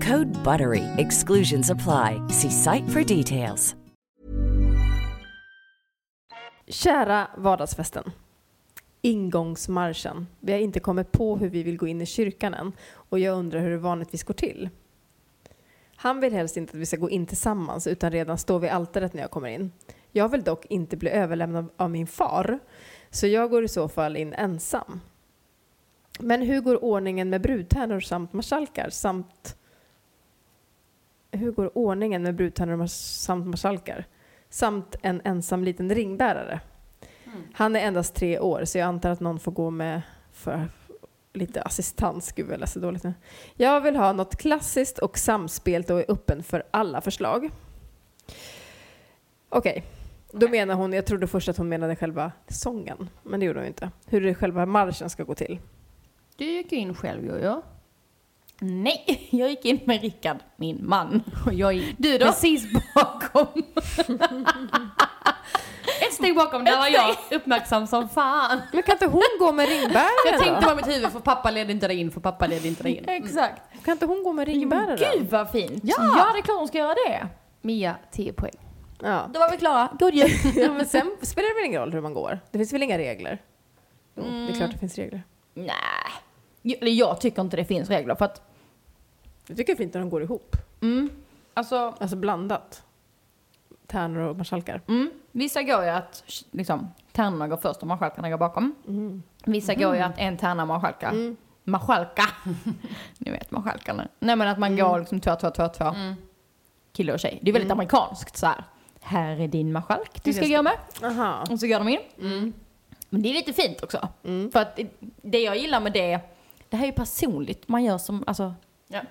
[SPEAKER 1] Code BUTTERY. Exclusions apply. See site for details.
[SPEAKER 3] Kära vardagsfesten. Ingångsmarschen. Vi har inte kommit på hur vi vill gå in i kyrkan än och jag undrar hur det vanligtvis går till. Han vill helst inte att vi ska gå in tillsammans utan redan står vid altaret när jag kommer in. Jag vill dock inte bli överlämnad av min far så jag går i så fall in ensam. Men hur går ordningen med brudtärnor samt marskalkar samt... Hur går ordningen med brudtärnor och mars- samt marskalkar? Samt en ensam liten ringbärare. Han är endast tre år så jag antar att någon får gå med för lite assistans. Gud vad jag läser dåligt nu. Jag vill ha något klassiskt och samspelt och är öppen för alla förslag. Okej, då menar hon, jag trodde först att hon menade själva sången, men det gjorde hon ju inte. Hur det själva marschen ska gå till.
[SPEAKER 2] Du gick ju in själv Jojo.
[SPEAKER 4] Nej, jag gick in med Rickard, min man.
[SPEAKER 2] Och jag gick
[SPEAKER 4] Du då?
[SPEAKER 2] precis bakom. Ett steg bakom, där var jag uppmärksam som fan.
[SPEAKER 3] Men kan inte hon gå med
[SPEAKER 2] Jag
[SPEAKER 3] ringbäraren
[SPEAKER 2] tänkte bara mitt huvud, för pappa ledde inte dig in, för pappa ledde inte dig in.
[SPEAKER 4] Exakt.
[SPEAKER 3] då? Kan inte hon gå med ringbäraren?
[SPEAKER 4] Gud vad fint.
[SPEAKER 2] Ja.
[SPEAKER 4] det är klart hon ska göra det.
[SPEAKER 2] Mia, 10 poäng.
[SPEAKER 3] Ja.
[SPEAKER 4] Då var vi klara. God jul.
[SPEAKER 3] ja, men sen spelar det väl ingen roll hur man går? Det finns väl inga regler? Jo, det är klart det finns regler.
[SPEAKER 4] Nej. Jag- Eller jag tycker inte det finns regler för att,
[SPEAKER 3] Jag tycker det är fint när de går ihop.
[SPEAKER 4] alltså,
[SPEAKER 3] Alltså blandat. Tärnor och marskalkar.
[SPEAKER 4] mm, vissa går ju att liksom, tärnorna går först och marskalkarna går bakom. Vissa går ju att en tärna marskalkar. Mm. Marskalka. Ni vet marskalkarna. Nej men att man går liksom två, två, två, två. Kille och tjej. Det är väldigt amerikanskt så här. Här Mm. är din marskalk du ska gå med.
[SPEAKER 3] Aha.
[SPEAKER 4] Och så går de in. Men det är lite fint också. För att det- det jag gillar med det, det här är ju personligt. Man gör som, alltså.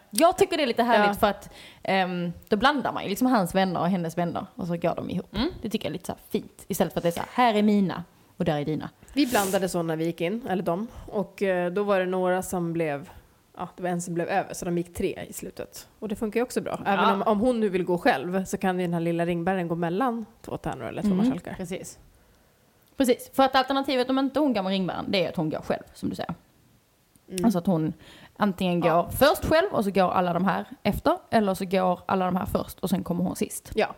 [SPEAKER 4] Jag tycker det är lite härligt
[SPEAKER 3] Ja.
[SPEAKER 4] för att ehm, då blandar man ju liksom hans vänner och hennes vänner och så går de ihop. Det tycker jag är lite så här fint. Istället för att det är så här, här är mina och där är dina.
[SPEAKER 3] Vi blandade så när vi gick in, eller de. Och eh, då var det några som blev, ja det var en som blev över så de gick tre i slutet. Och det funkar ju också bra. Även om, om hon nu vill gå själv så kan ju den här lilla ringbären gå mellan två tärnor eller två marskalkar.
[SPEAKER 2] Precis.
[SPEAKER 4] Precis, för att alternativet om inte hon går med ringbären det är att hon går själv som du säger. Alltså att hon antingen går först själv och så går alla de här efter eller så går alla de här först och sen kommer hon sist.
[SPEAKER 3] Ja.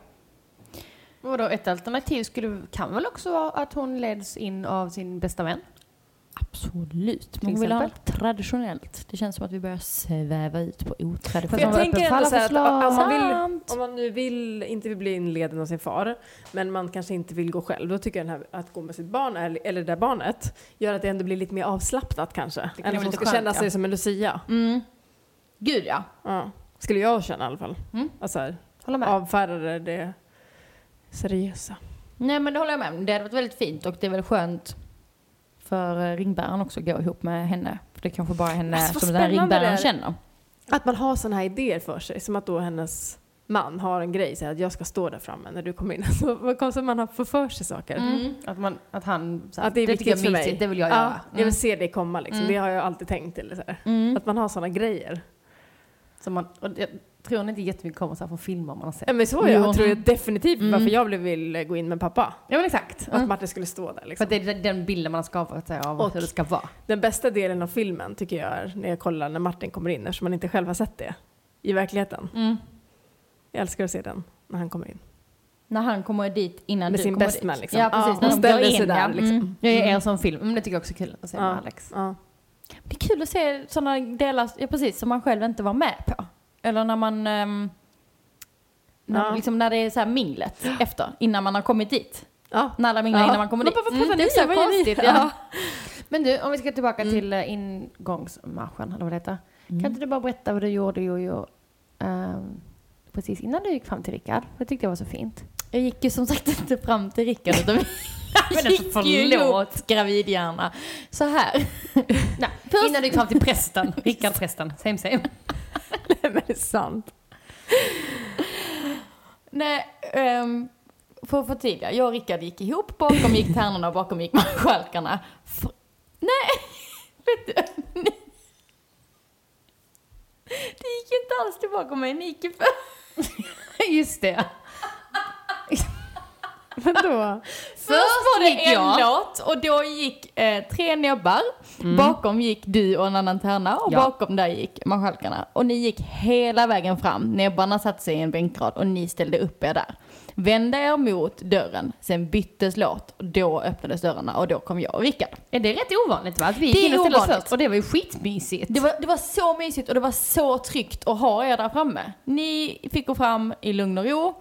[SPEAKER 2] Vadå, ett alternativ skulle, kan väl också vara att hon leds in av sin bästa vän?
[SPEAKER 4] Absolut, men
[SPEAKER 2] Till
[SPEAKER 4] hon vill ha
[SPEAKER 2] exempel?
[SPEAKER 4] något traditionellt. Det känns som att vi börjar sväva ut på
[SPEAKER 3] För
[SPEAKER 4] otraditionellt.
[SPEAKER 3] jag tänker ändå så här att om man, vill,
[SPEAKER 4] Sant.
[SPEAKER 3] om man nu vill, inte vill bli inleden av sin far, men man kanske inte vill gå själv, då tycker jag den här, att gå med sitt barn, eller, eller det där barnet, gör att det ändå blir lite mer avslappnat kanske.
[SPEAKER 2] kan
[SPEAKER 3] Än
[SPEAKER 2] vara
[SPEAKER 3] om man
[SPEAKER 2] lite
[SPEAKER 3] ska
[SPEAKER 2] skönt,
[SPEAKER 3] känna sig
[SPEAKER 2] ja.
[SPEAKER 3] som en lucia.
[SPEAKER 4] Mm. Gud ja.
[SPEAKER 3] Ja. Skulle jag känna i alla fall. Alltså här,
[SPEAKER 2] Håller med.
[SPEAKER 3] avfärdade det seriösa.
[SPEAKER 4] Nej men det håller jag med om. Det hade varit väldigt fint och det är väl skönt för eh, ringbäraren också att gå ihop med henne. För det är kanske bara henne
[SPEAKER 3] Alltså, vad
[SPEAKER 4] som den här
[SPEAKER 3] spännande det
[SPEAKER 4] ringbäraren
[SPEAKER 3] är.
[SPEAKER 4] känner.
[SPEAKER 3] Att man har sådana här idéer för sig, som att då hennes man har en grej, så här, att jag ska stå där framme när du kommer in. Alltså, vad konstigt att man har får för sig saker.
[SPEAKER 2] Att, man, att han... Så här,
[SPEAKER 3] Att det är
[SPEAKER 2] tycker jag
[SPEAKER 3] viktigt för
[SPEAKER 2] mysigt,
[SPEAKER 3] mig.
[SPEAKER 2] Det vill jag
[SPEAKER 3] ja,
[SPEAKER 2] göra. Mm.
[SPEAKER 3] Jag vill se det komma liksom. Det har jag alltid tänkt till. Så här. Att man har sådana grejer.
[SPEAKER 2] Så man, och jag tror inte jättemycket kommer så här från filmer man har sett.
[SPEAKER 3] Ja, men så har jag, tror jag definitivt varför jag blev- vill gå in med pappa.
[SPEAKER 2] Mm. Ja men exakt. Mm.
[SPEAKER 3] Att Martin skulle stå där
[SPEAKER 2] För
[SPEAKER 3] liksom.
[SPEAKER 2] att det är den bilden man har skapat sig av
[SPEAKER 3] Och-
[SPEAKER 2] hur det ska vara.
[SPEAKER 3] Den bästa delen av filmen tycker jag är när jag kollar när Martin kommer in eftersom man inte själv har sett det i verkligheten.
[SPEAKER 2] Mm.
[SPEAKER 3] Jag älskar att se den när han kommer in.
[SPEAKER 4] När han kommer dit innan
[SPEAKER 3] Med
[SPEAKER 4] du
[SPEAKER 3] sin
[SPEAKER 4] kommer
[SPEAKER 3] best
[SPEAKER 4] dit.
[SPEAKER 3] man, liksom.
[SPEAKER 4] Ja
[SPEAKER 3] Ja,
[SPEAKER 4] precis,
[SPEAKER 3] hon
[SPEAKER 4] när de
[SPEAKER 3] ställer
[SPEAKER 4] går
[SPEAKER 3] sig
[SPEAKER 4] in.
[SPEAKER 3] där,
[SPEAKER 4] ja.
[SPEAKER 3] liksom.
[SPEAKER 4] Mm.
[SPEAKER 2] Jag är er som film, men det tycker jag också är kul att se med Alex.
[SPEAKER 3] Ja.
[SPEAKER 4] Det är kul att se sådana delar, ja, precis, som man själv inte var med på. Eller när man... ehm, när,
[SPEAKER 3] Ja.
[SPEAKER 4] liksom, när det är så här minglet efter, innan man har kommit dit.
[SPEAKER 3] Ja.
[SPEAKER 4] När alla minglar
[SPEAKER 3] Ja.
[SPEAKER 4] innan man kommer
[SPEAKER 3] Men
[SPEAKER 4] dit. Mm,
[SPEAKER 3] vad- vad pratar
[SPEAKER 4] det är
[SPEAKER 3] ni?
[SPEAKER 4] så
[SPEAKER 3] Vad gör ni?
[SPEAKER 4] konstigt.
[SPEAKER 3] Ja.
[SPEAKER 4] Ja.
[SPEAKER 2] Men du, om vi ska tillbaka
[SPEAKER 3] Mm.
[SPEAKER 2] till eh, ingångsmarschen, eller vad det heter. Kan inte du bara berätta vad du gjorde, Jojo, ehm, precis innan du gick fram till Rickard? Det tyckte jag var så fint.
[SPEAKER 4] Jag gick ju som sagt inte fram till Rickard utan
[SPEAKER 2] Men
[SPEAKER 4] jag
[SPEAKER 2] alltså,
[SPEAKER 4] gick ju
[SPEAKER 2] förlåt.
[SPEAKER 4] ihop gravidhjärna. Så här.
[SPEAKER 2] Nej, innan du gick fram till prästen. Rickard prästen. Same same.
[SPEAKER 3] Men det är sant.
[SPEAKER 4] Nej, ehm, för att förtydliga, jag och Rickard gick ihop, bakom gick tärnorna och bakom gick marskalkarna. För... Nej, vet du. Ni... Det gick inte alls till bakom mig, ni gick ju för...
[SPEAKER 2] Just det.
[SPEAKER 3] Vadå?
[SPEAKER 4] Först var det
[SPEAKER 2] gick
[SPEAKER 4] en
[SPEAKER 2] jag.
[SPEAKER 4] låt och då gick eh, tre nubbar. Bakom gick du och en annan tärna och
[SPEAKER 2] Mm. Ja.
[SPEAKER 4] bakom där gick marskalkarna. Och ni gick hela vägen fram. Nubbarna satte sig i en bänkrad och ni ställde upp er där. Vände er mot dörren, sen byttes låt och då öppnades dörrarna och då kom jag och Rickard.
[SPEAKER 2] Ja, det är rätt ovanligt va? Att vi
[SPEAKER 4] Det
[SPEAKER 2] gick in
[SPEAKER 4] är
[SPEAKER 2] och ställde oss
[SPEAKER 4] ovanligt.
[SPEAKER 2] först. Och det var ju skitmysigt.
[SPEAKER 4] Det var, det var så mysigt och det var så tryggt att ha er där framme. Ni fick gå fram i lugn och ro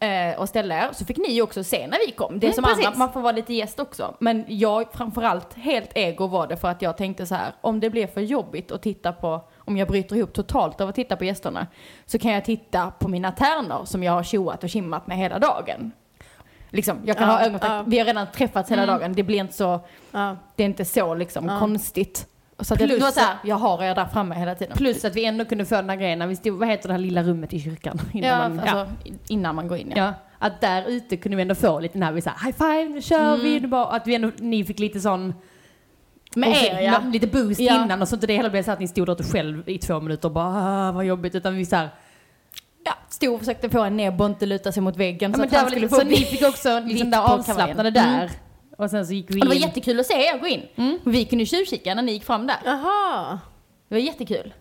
[SPEAKER 4] eh, och ställa er. Så fick ni ju också se när vi kom. Det är
[SPEAKER 2] Mm,
[SPEAKER 4] som
[SPEAKER 2] precis.
[SPEAKER 4] andra, man får vara lite gäst också. Men jag framförallt, helt ego var det för att jag tänkte så här, om det blir för jobbigt att titta på, om jag bryter ihop totalt av att titta på gästerna, så kan jag titta på mina tärnor som jag har tjoat och kimmat med hela dagen. Liksom, jag kan
[SPEAKER 3] Ja,
[SPEAKER 4] ha ögonkontakt.
[SPEAKER 3] ja. Mm.
[SPEAKER 4] Vi har redan träffats hela dagen. Det blir inte så,
[SPEAKER 3] Ja.
[SPEAKER 4] det är inte så liksom konstigt. Så att
[SPEAKER 2] Plus-
[SPEAKER 4] jag, det var så här, jag har er där framme hela tiden.
[SPEAKER 2] Plus att vi ändå kunde få den här grejen när vi stod, vad heter det här lilla rummet i kyrkan? Innan
[SPEAKER 4] ja,
[SPEAKER 2] man, ja.
[SPEAKER 4] alltså, in- innan man går in. Ja.
[SPEAKER 2] Ja, att där ute kunde vi ändå få lite när vi sa high five, nu kör vi. Det var, att vi ändå, ni fick lite sån...
[SPEAKER 4] Mm. Med
[SPEAKER 2] och-
[SPEAKER 4] er ja.
[SPEAKER 2] Lite boost
[SPEAKER 4] Ja.
[SPEAKER 2] innan och så inte det hela blev så att ni stod där ute själv i två minuter och bara ah, vad jobbigt. Utan vi så här,
[SPEAKER 4] ja. Stod och försökte få en ner Bonte luta sig mot väggen.
[SPEAKER 2] ja,
[SPEAKER 4] så
[SPEAKER 2] men
[SPEAKER 4] att
[SPEAKER 2] där
[SPEAKER 4] han
[SPEAKER 2] var
[SPEAKER 4] skulle
[SPEAKER 2] lite,
[SPEAKER 4] få
[SPEAKER 2] så ni fick också
[SPEAKER 4] vikt
[SPEAKER 2] liksom det
[SPEAKER 4] på kavajen.
[SPEAKER 2] avslappnade där. Och sen så gick vi
[SPEAKER 4] Och det var
[SPEAKER 2] in.
[SPEAKER 4] jättekul att se er gå in. Vi kunde ju tjuvkika när ni gick fram där.
[SPEAKER 3] Jaha.
[SPEAKER 4] Det var jättekul.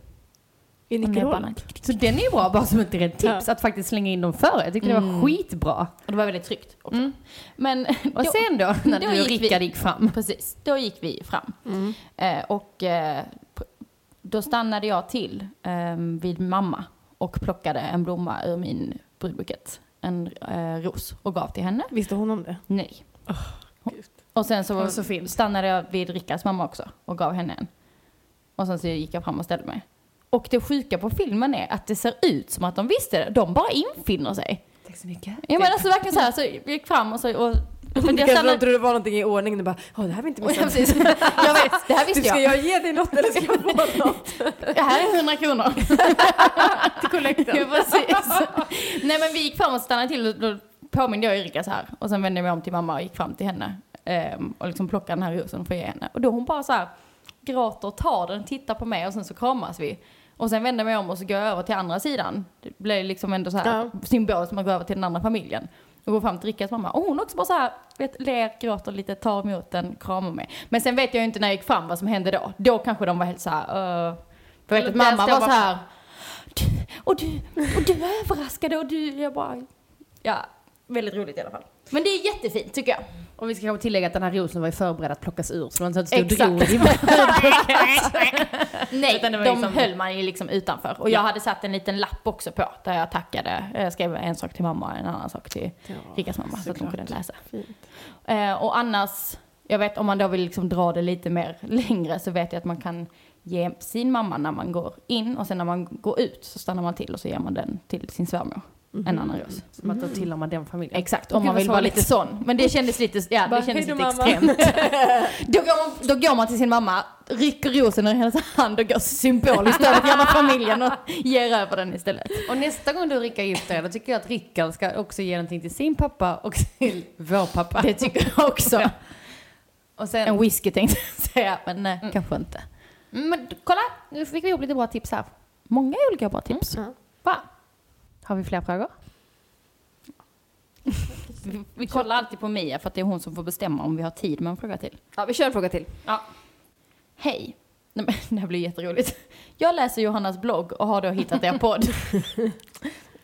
[SPEAKER 3] I
[SPEAKER 4] Och
[SPEAKER 3] Nickelodeon.
[SPEAKER 4] näbbarna.
[SPEAKER 2] Så den är ju bra, bara som ett rent tips, att faktiskt slänga in dem före. Jag tyckte det
[SPEAKER 4] Mm.
[SPEAKER 2] var skitbra.
[SPEAKER 4] Och det var väldigt tryggt också. Men
[SPEAKER 2] Och
[SPEAKER 4] då-
[SPEAKER 2] sen då, när
[SPEAKER 4] då
[SPEAKER 2] du och
[SPEAKER 4] gick vi-
[SPEAKER 2] Rickard gick fram. Mm.
[SPEAKER 4] Precis, då gick vi fram. Eh, och eh, pr- då stannade jag till eh, vid mamma och plockade en blomma ur min brudbukett. En eh, ros och gav till henne.
[SPEAKER 3] Visste hon om det?
[SPEAKER 4] Nej. och sen så,
[SPEAKER 2] var så fint.
[SPEAKER 4] stannade jag vid Rickards mamma också och gav henne en. Och sen så gick jag fram och ställde mig. Och det sjuka på filmen är att det ser ut som att de visste det. De bara infinner sig.
[SPEAKER 2] Tack så mycket.
[SPEAKER 4] Jag menar alltså verkligen så här, så jag gick fram och så... Och, men
[SPEAKER 3] Du
[SPEAKER 4] jag
[SPEAKER 3] kanske de
[SPEAKER 4] stannade,
[SPEAKER 3] trodde det var någonting i ordning och bara "Åh, det här var inte
[SPEAKER 4] Ja,
[SPEAKER 3] missat.
[SPEAKER 4] precis. Jag vet, det här visste
[SPEAKER 3] Typ, ska
[SPEAKER 4] jag.
[SPEAKER 3] jag ge dig något eller ska jag få något?
[SPEAKER 4] Det här är 100 kronor. Till kollekten. Ja, precis. Nej men vi gick fram och stannade till och då påminde jag Erika så här. Och sen vände jag mig om till mamma och gick fram till henne. ehm, och liksom plockade den här rosen för att ge henne. Och då hon bara så här gråter och tar den, tittar på mig och sen så kramas vi. Och sen vänder jag mig om och så går jag över till andra sidan. Det blir liksom ändå så här symboliskt att man går över till den andra familjen. Och går fram till Rickards mamma. Och hon också bara så här, vet, ler, gråter lite, tar emot den, kramar mig. Men sen vet jag ju inte när jag gick fram vad som hände då. Då kanske de var helt så här, uh, för jag vet att
[SPEAKER 2] Eller
[SPEAKER 4] mamma
[SPEAKER 2] där
[SPEAKER 4] var
[SPEAKER 2] står
[SPEAKER 4] så här, du, och du, och du överraskade och du, jag bara, ja, väldigt roligt i alla fall. Men det är jättefint tycker jag.
[SPEAKER 2] Och vi ska kanske tillägga att den här rosen var ju förberedd att plockas ur så man inte stod och
[SPEAKER 4] Exakt.
[SPEAKER 2] drog i brödbucket.
[SPEAKER 4] Nej,
[SPEAKER 2] Utan det
[SPEAKER 4] de
[SPEAKER 2] var liksom-
[SPEAKER 4] höll man ju liksom utanför. Och jag hade satt en liten lapp också på där jag tackade. Jag skrev en sak till mamma och en annan sak till Rickards mamma så att de kunde läsa. Eh, och annars, jag vet om man då vill liksom dra det lite mer längre så vet jag att man kan ge sin mamma när man går in och sen när man går ut så stannar man till och så ger man den till sin svärmor.
[SPEAKER 2] Mhm.
[SPEAKER 4] En annan ros.
[SPEAKER 2] Som att då tillhör man den familjen.
[SPEAKER 4] Exakt, om
[SPEAKER 2] Gud,
[SPEAKER 4] man
[SPEAKER 2] vad
[SPEAKER 4] vill vara
[SPEAKER 2] sorgligt.
[SPEAKER 4] lite sån. Men det kändes lite, ja,
[SPEAKER 3] Bara,
[SPEAKER 4] det kändes
[SPEAKER 3] "Hej
[SPEAKER 4] lite
[SPEAKER 3] då, mamma."
[SPEAKER 4] extremt. Då går, man, då går man till sin mamma, rycker rosen ur hennes hand och går symboliskt över till hela familjen och ger över den istället.
[SPEAKER 2] Och nästa gång du och Rickard gifter er, då tycker jag att Rickard ska också ge någonting till sin pappa och till vår pappa.
[SPEAKER 4] Det tycker jag också.
[SPEAKER 2] Och sen,
[SPEAKER 4] En whisky tänkte jag säga, men nej, kanske inte.
[SPEAKER 2] Mm, men d- kolla, nu fick vi ihop lite bra tips här.
[SPEAKER 4] Många olika bra tips.
[SPEAKER 2] Bra. Har vi fler frågor?
[SPEAKER 4] Vi, vi kollar alltid på Mia för att det är hon som får bestämma om vi har tid med en fråga till.
[SPEAKER 3] Ja, vi kör en fråga till.
[SPEAKER 4] Hej! Nej, men, det här blir jätteroligt. Jag läser Johannas blogg och har då hittat er podd.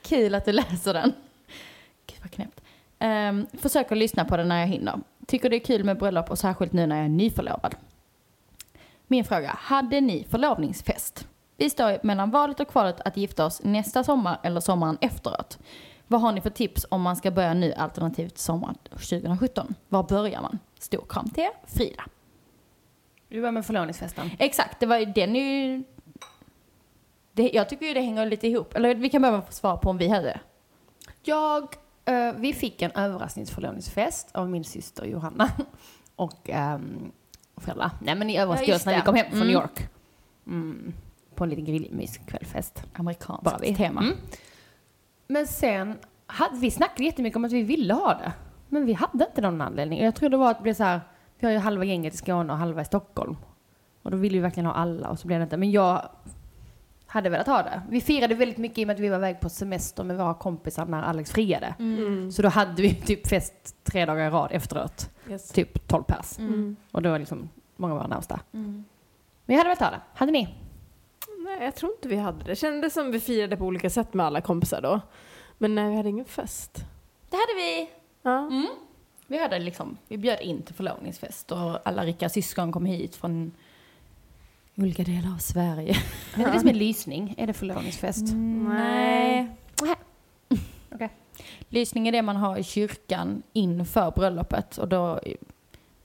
[SPEAKER 4] Kul att du läser den. Gud vad knäppt. Ehm, försöker lyssna på den när jag hinner. Tycker det är kul med bröllop och särskilt nu när jag är nyförlovad. Min fråga, hade ni förlovningsfest? Vi står mellan valet och kvalet att gifta oss nästa sommar eller sommaren efteråt. Vad har ni för tips om man ska börja nu alternativt sommaren 2017? Var börjar man? Stor kram till er, Frida.
[SPEAKER 2] Du börjar med förlovningsfesten.
[SPEAKER 4] Exakt, det var ju den är ju... Det, jag tycker ju det hänger lite ihop. Eller vi kan behöva få svar på om vi hade det.
[SPEAKER 2] Jag, eh, vi fick en överraskningsförlovningsfest av min syster Johanna och um, föräldrar. Nej men i överraskade
[SPEAKER 4] Ja,
[SPEAKER 2] oss
[SPEAKER 4] just
[SPEAKER 2] när vi
[SPEAKER 4] det.
[SPEAKER 2] kom hem från
[SPEAKER 4] Mm.
[SPEAKER 2] New York. Mm. På en liten grillmyskvällfest.
[SPEAKER 4] Amerikanskt
[SPEAKER 2] Bara vi.
[SPEAKER 4] tema.
[SPEAKER 2] Mm. Men sen ha- vi snackade jättemycket om att vi ville ha det. Men vi hade inte någon anledning. Jag tror det var att det blev så här, vi har ju halva gänget i Skåne och halva i Stockholm. Och då ville vi verkligen ha alla och så blev det inte. Men jag hade velat ha det. Vi firade väldigt mycket i och med att vi var iväg på semester med våra kompisar när Alex friade.
[SPEAKER 3] Mm.
[SPEAKER 2] Så då hade vi typ fest tre dagar i rad efteråt.
[SPEAKER 3] Yes. Mm.
[SPEAKER 2] Typ 12 pers. Och då var liksom många av våra närmsta. Men jag hade velat ha det. Hade ni?
[SPEAKER 3] Nej, jag tror inte vi hade det. Kändes som vi firade på olika sätt med alla kompisar då. Men nej, vi hade ingen fest.
[SPEAKER 4] Det hade vi.
[SPEAKER 3] Ja.
[SPEAKER 4] Mm. Vi, hade liksom, vi bjöd in till förlovningsfest och alla Rickards syskon kom hit från olika delar av Sverige.
[SPEAKER 2] Är det det som
[SPEAKER 4] liksom
[SPEAKER 2] är lysning? Är det förlovningsfest?
[SPEAKER 3] Mm.
[SPEAKER 4] Nej.
[SPEAKER 2] Okej.
[SPEAKER 4] Lysning är det man har i kyrkan inför bröllopet och då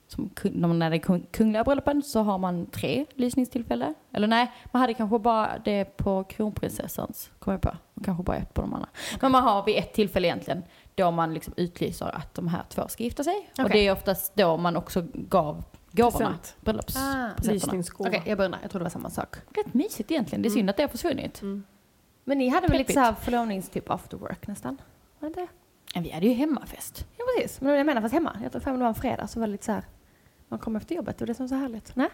[SPEAKER 4] som kun- de- när det är kun- kungliga bröllopen så har man tre lysningstillfällen. Eller nej, man hade kanske bara det på kronprinsessans, kommer jag på. Och kanske bara ett på de andra. Men man har vid ett tillfälle egentligen då man liksom utlyser att de här två ska gifta sig. Och
[SPEAKER 2] Okej.
[SPEAKER 4] det är oftast då man också gav gåvorna,
[SPEAKER 3] Present.
[SPEAKER 2] Ah,
[SPEAKER 4] bröllopspresenterna.
[SPEAKER 3] Lysningsgåva.
[SPEAKER 2] Okej, jag beundrar. Jag tror det var samma sak.
[SPEAKER 4] Rätt mysigt egentligen, det är
[SPEAKER 2] Mm.
[SPEAKER 4] synd att det har försvunnit.
[SPEAKER 2] Men ni hade väl lite
[SPEAKER 4] Peppigt.
[SPEAKER 2] såhär förlovningstyp typ after work nästan? Var det inte?
[SPEAKER 4] Men Vi hade ju hemmafest.
[SPEAKER 2] Ja precis. Men det var det jag menar, fast hemma. Jag tror fan det var en fredag så var det lite såhär. Man kom efter jobbet och det som så härligt. Nej?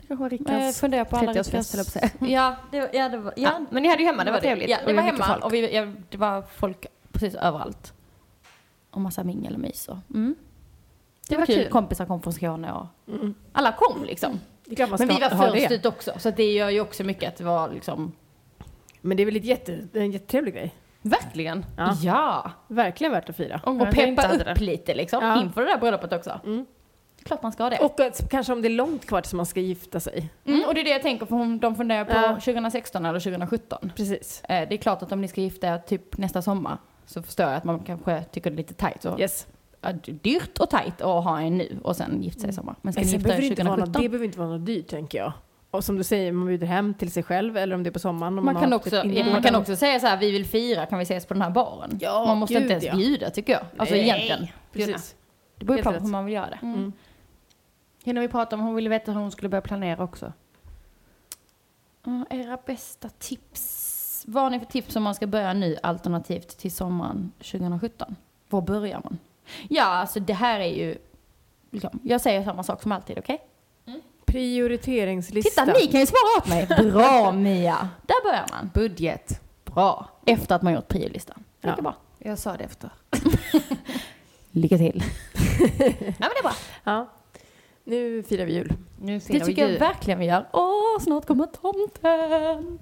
[SPEAKER 2] Det kanske var
[SPEAKER 4] Jag
[SPEAKER 2] Rickards
[SPEAKER 4] Eh, funderar på alla
[SPEAKER 2] 30-årsfest höll jag på att säga.
[SPEAKER 4] Ja, det, ja, det var, ja,
[SPEAKER 2] Ja, men ni hade ju hemma, det var trevligt.
[SPEAKER 4] Ja,
[SPEAKER 2] Och
[SPEAKER 4] det var
[SPEAKER 2] mycket
[SPEAKER 4] hemma
[SPEAKER 2] folk.
[SPEAKER 4] och vi, ja, det var folk precis överallt. Och massa mingel och mys. Och, mm. Det, var,
[SPEAKER 2] var
[SPEAKER 4] kul.
[SPEAKER 2] kul.
[SPEAKER 4] Kompisar kom från Skåne och alla kom liksom.
[SPEAKER 3] Det är klart man
[SPEAKER 4] Men vi
[SPEAKER 3] ska
[SPEAKER 4] var
[SPEAKER 3] ha
[SPEAKER 4] först
[SPEAKER 3] det.
[SPEAKER 4] ut också så att det gör ju också mycket att det var liksom,
[SPEAKER 3] Men det är väl ett jätte, en jättetrevlig grej.
[SPEAKER 2] Verkligen.
[SPEAKER 4] ja.
[SPEAKER 3] Verkligen värt att fira.
[SPEAKER 2] Ångrar
[SPEAKER 4] Och
[SPEAKER 2] att jag inte
[SPEAKER 4] peppa
[SPEAKER 2] hade
[SPEAKER 4] upp
[SPEAKER 2] det.
[SPEAKER 4] lite liksom
[SPEAKER 3] Ja.
[SPEAKER 4] inför det där bröllopet också. Mm. Klart man ska ha det.
[SPEAKER 3] Och att, kanske om det är långt kvar tills man ska gifta sig.
[SPEAKER 4] mm, och det är det jag tänker för hon- de funderar på
[SPEAKER 3] Ja.
[SPEAKER 4] 2016 eller 2017.
[SPEAKER 3] Precis.
[SPEAKER 4] Eh, Det är klart att om ni ska gifta er typ nästa sommar så förstår jag att man kanske tycker det är lite tajt. Och,
[SPEAKER 3] Yes.
[SPEAKER 4] ja, det är dyrt och tajt att ha en nu och sen gifta sig i sommar. Men ska
[SPEAKER 3] Men
[SPEAKER 4] ni
[SPEAKER 3] sen
[SPEAKER 4] gifta
[SPEAKER 3] behöver det,
[SPEAKER 4] er
[SPEAKER 3] inte vara något, det
[SPEAKER 4] 2017?
[SPEAKER 3] behöver inte vara något dyrt tänker jag. Och som du säger, man bjuder hem till sig själv eller om det är på sommaren. Om
[SPEAKER 4] Man kan,
[SPEAKER 3] har
[SPEAKER 4] också,
[SPEAKER 3] typ inbjudan.
[SPEAKER 4] man kan också säga så här, vi vill fira, kan vi ses på den här baren?
[SPEAKER 3] Ja,
[SPEAKER 4] man måste
[SPEAKER 3] gud,
[SPEAKER 4] inte ens
[SPEAKER 3] ja.
[SPEAKER 4] bjuda tycker jag. Alltså
[SPEAKER 3] Nej,
[SPEAKER 4] egentligen.
[SPEAKER 3] Precis.
[SPEAKER 4] Det beror ju på
[SPEAKER 3] Helt rätt. Mm.
[SPEAKER 4] hur man vill göra det.
[SPEAKER 2] Hinner vi prata om, hon ville veta hur hon skulle börja planera också.
[SPEAKER 4] Mm, Era bästa tips? Vad har ni för tips om man ska börja nu alternativt till sommaren 2017? Var börjar man? Ja, alltså det här är ju... Liksom, jag säger samma sak som alltid, okej?
[SPEAKER 3] Prioriteringslistan.
[SPEAKER 4] Titta, ni kan ju svara åt mig! Bra Mia! Där börjar man.
[SPEAKER 2] Budget.
[SPEAKER 4] Bra. Efter att man gjort priolistan. Mycket
[SPEAKER 3] Ja.
[SPEAKER 4] bra.
[SPEAKER 2] Jag sa det efter.
[SPEAKER 4] Lycka till. Nej men det är bra.
[SPEAKER 3] Ja. Nu firar vi jul.
[SPEAKER 2] Nu
[SPEAKER 4] Det
[SPEAKER 2] firar vi
[SPEAKER 4] tycker jag
[SPEAKER 2] jul.
[SPEAKER 4] verkligen vi gör. Åh, snart kommer tomten.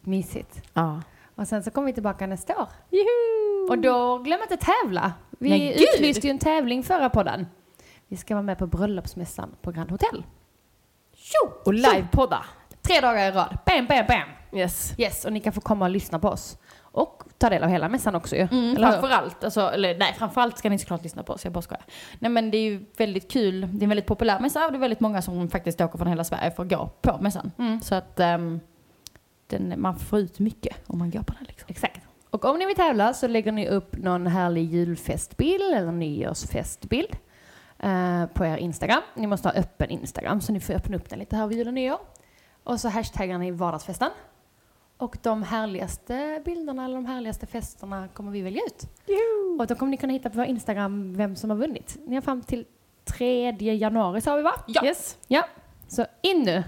[SPEAKER 2] Mysigt.
[SPEAKER 3] Ja.
[SPEAKER 2] Och sen så kommer vi tillbaka nästa år.
[SPEAKER 4] Juhu!
[SPEAKER 2] Och då glöm inte tävla. Vi
[SPEAKER 4] Nej, gud!
[SPEAKER 2] utlyste ju en tävling förra podden. Vi ska vara med på bröllopsmässan på Grand Hotel.
[SPEAKER 4] Tjo!
[SPEAKER 3] Och livepodda.
[SPEAKER 2] Tre dagar i rad. Bam, bam, bam.
[SPEAKER 3] Yes.
[SPEAKER 2] Yes, och ni kan få komma och lyssna på oss. Och ta del av hela mässan också ju.
[SPEAKER 4] Mm,
[SPEAKER 2] Eller hur?
[SPEAKER 4] framförallt, alltså, eller nej framförallt ska ni såklart lyssna på oss, jag bara skojar. Nej men det är ju väldigt kul, det är en väldigt populär mässa och det är väldigt många som faktiskt åker från hela Sverige för att gå på mässan. Så att ehm, den, man får ut mycket om man går på den liksom.
[SPEAKER 2] Exakt. Och om ni vill tävla så lägger ni upp någon härlig julfestbild eller nyårsfestbild eh, på er Instagram. Ni måste ha öppen Instagram så ni får öppna upp den lite här vid jul och nyår. Och så hashtaggar ni vardagsfesten. Och de härligaste bilderna eller de härligaste festerna kommer vi välja ut. Och då kommer ni kunna hitta på vår Instagram vem som har vunnit. Ni har fram till 3 januari sa vi va?
[SPEAKER 4] Ja.
[SPEAKER 2] Yes. ja. Så in nu.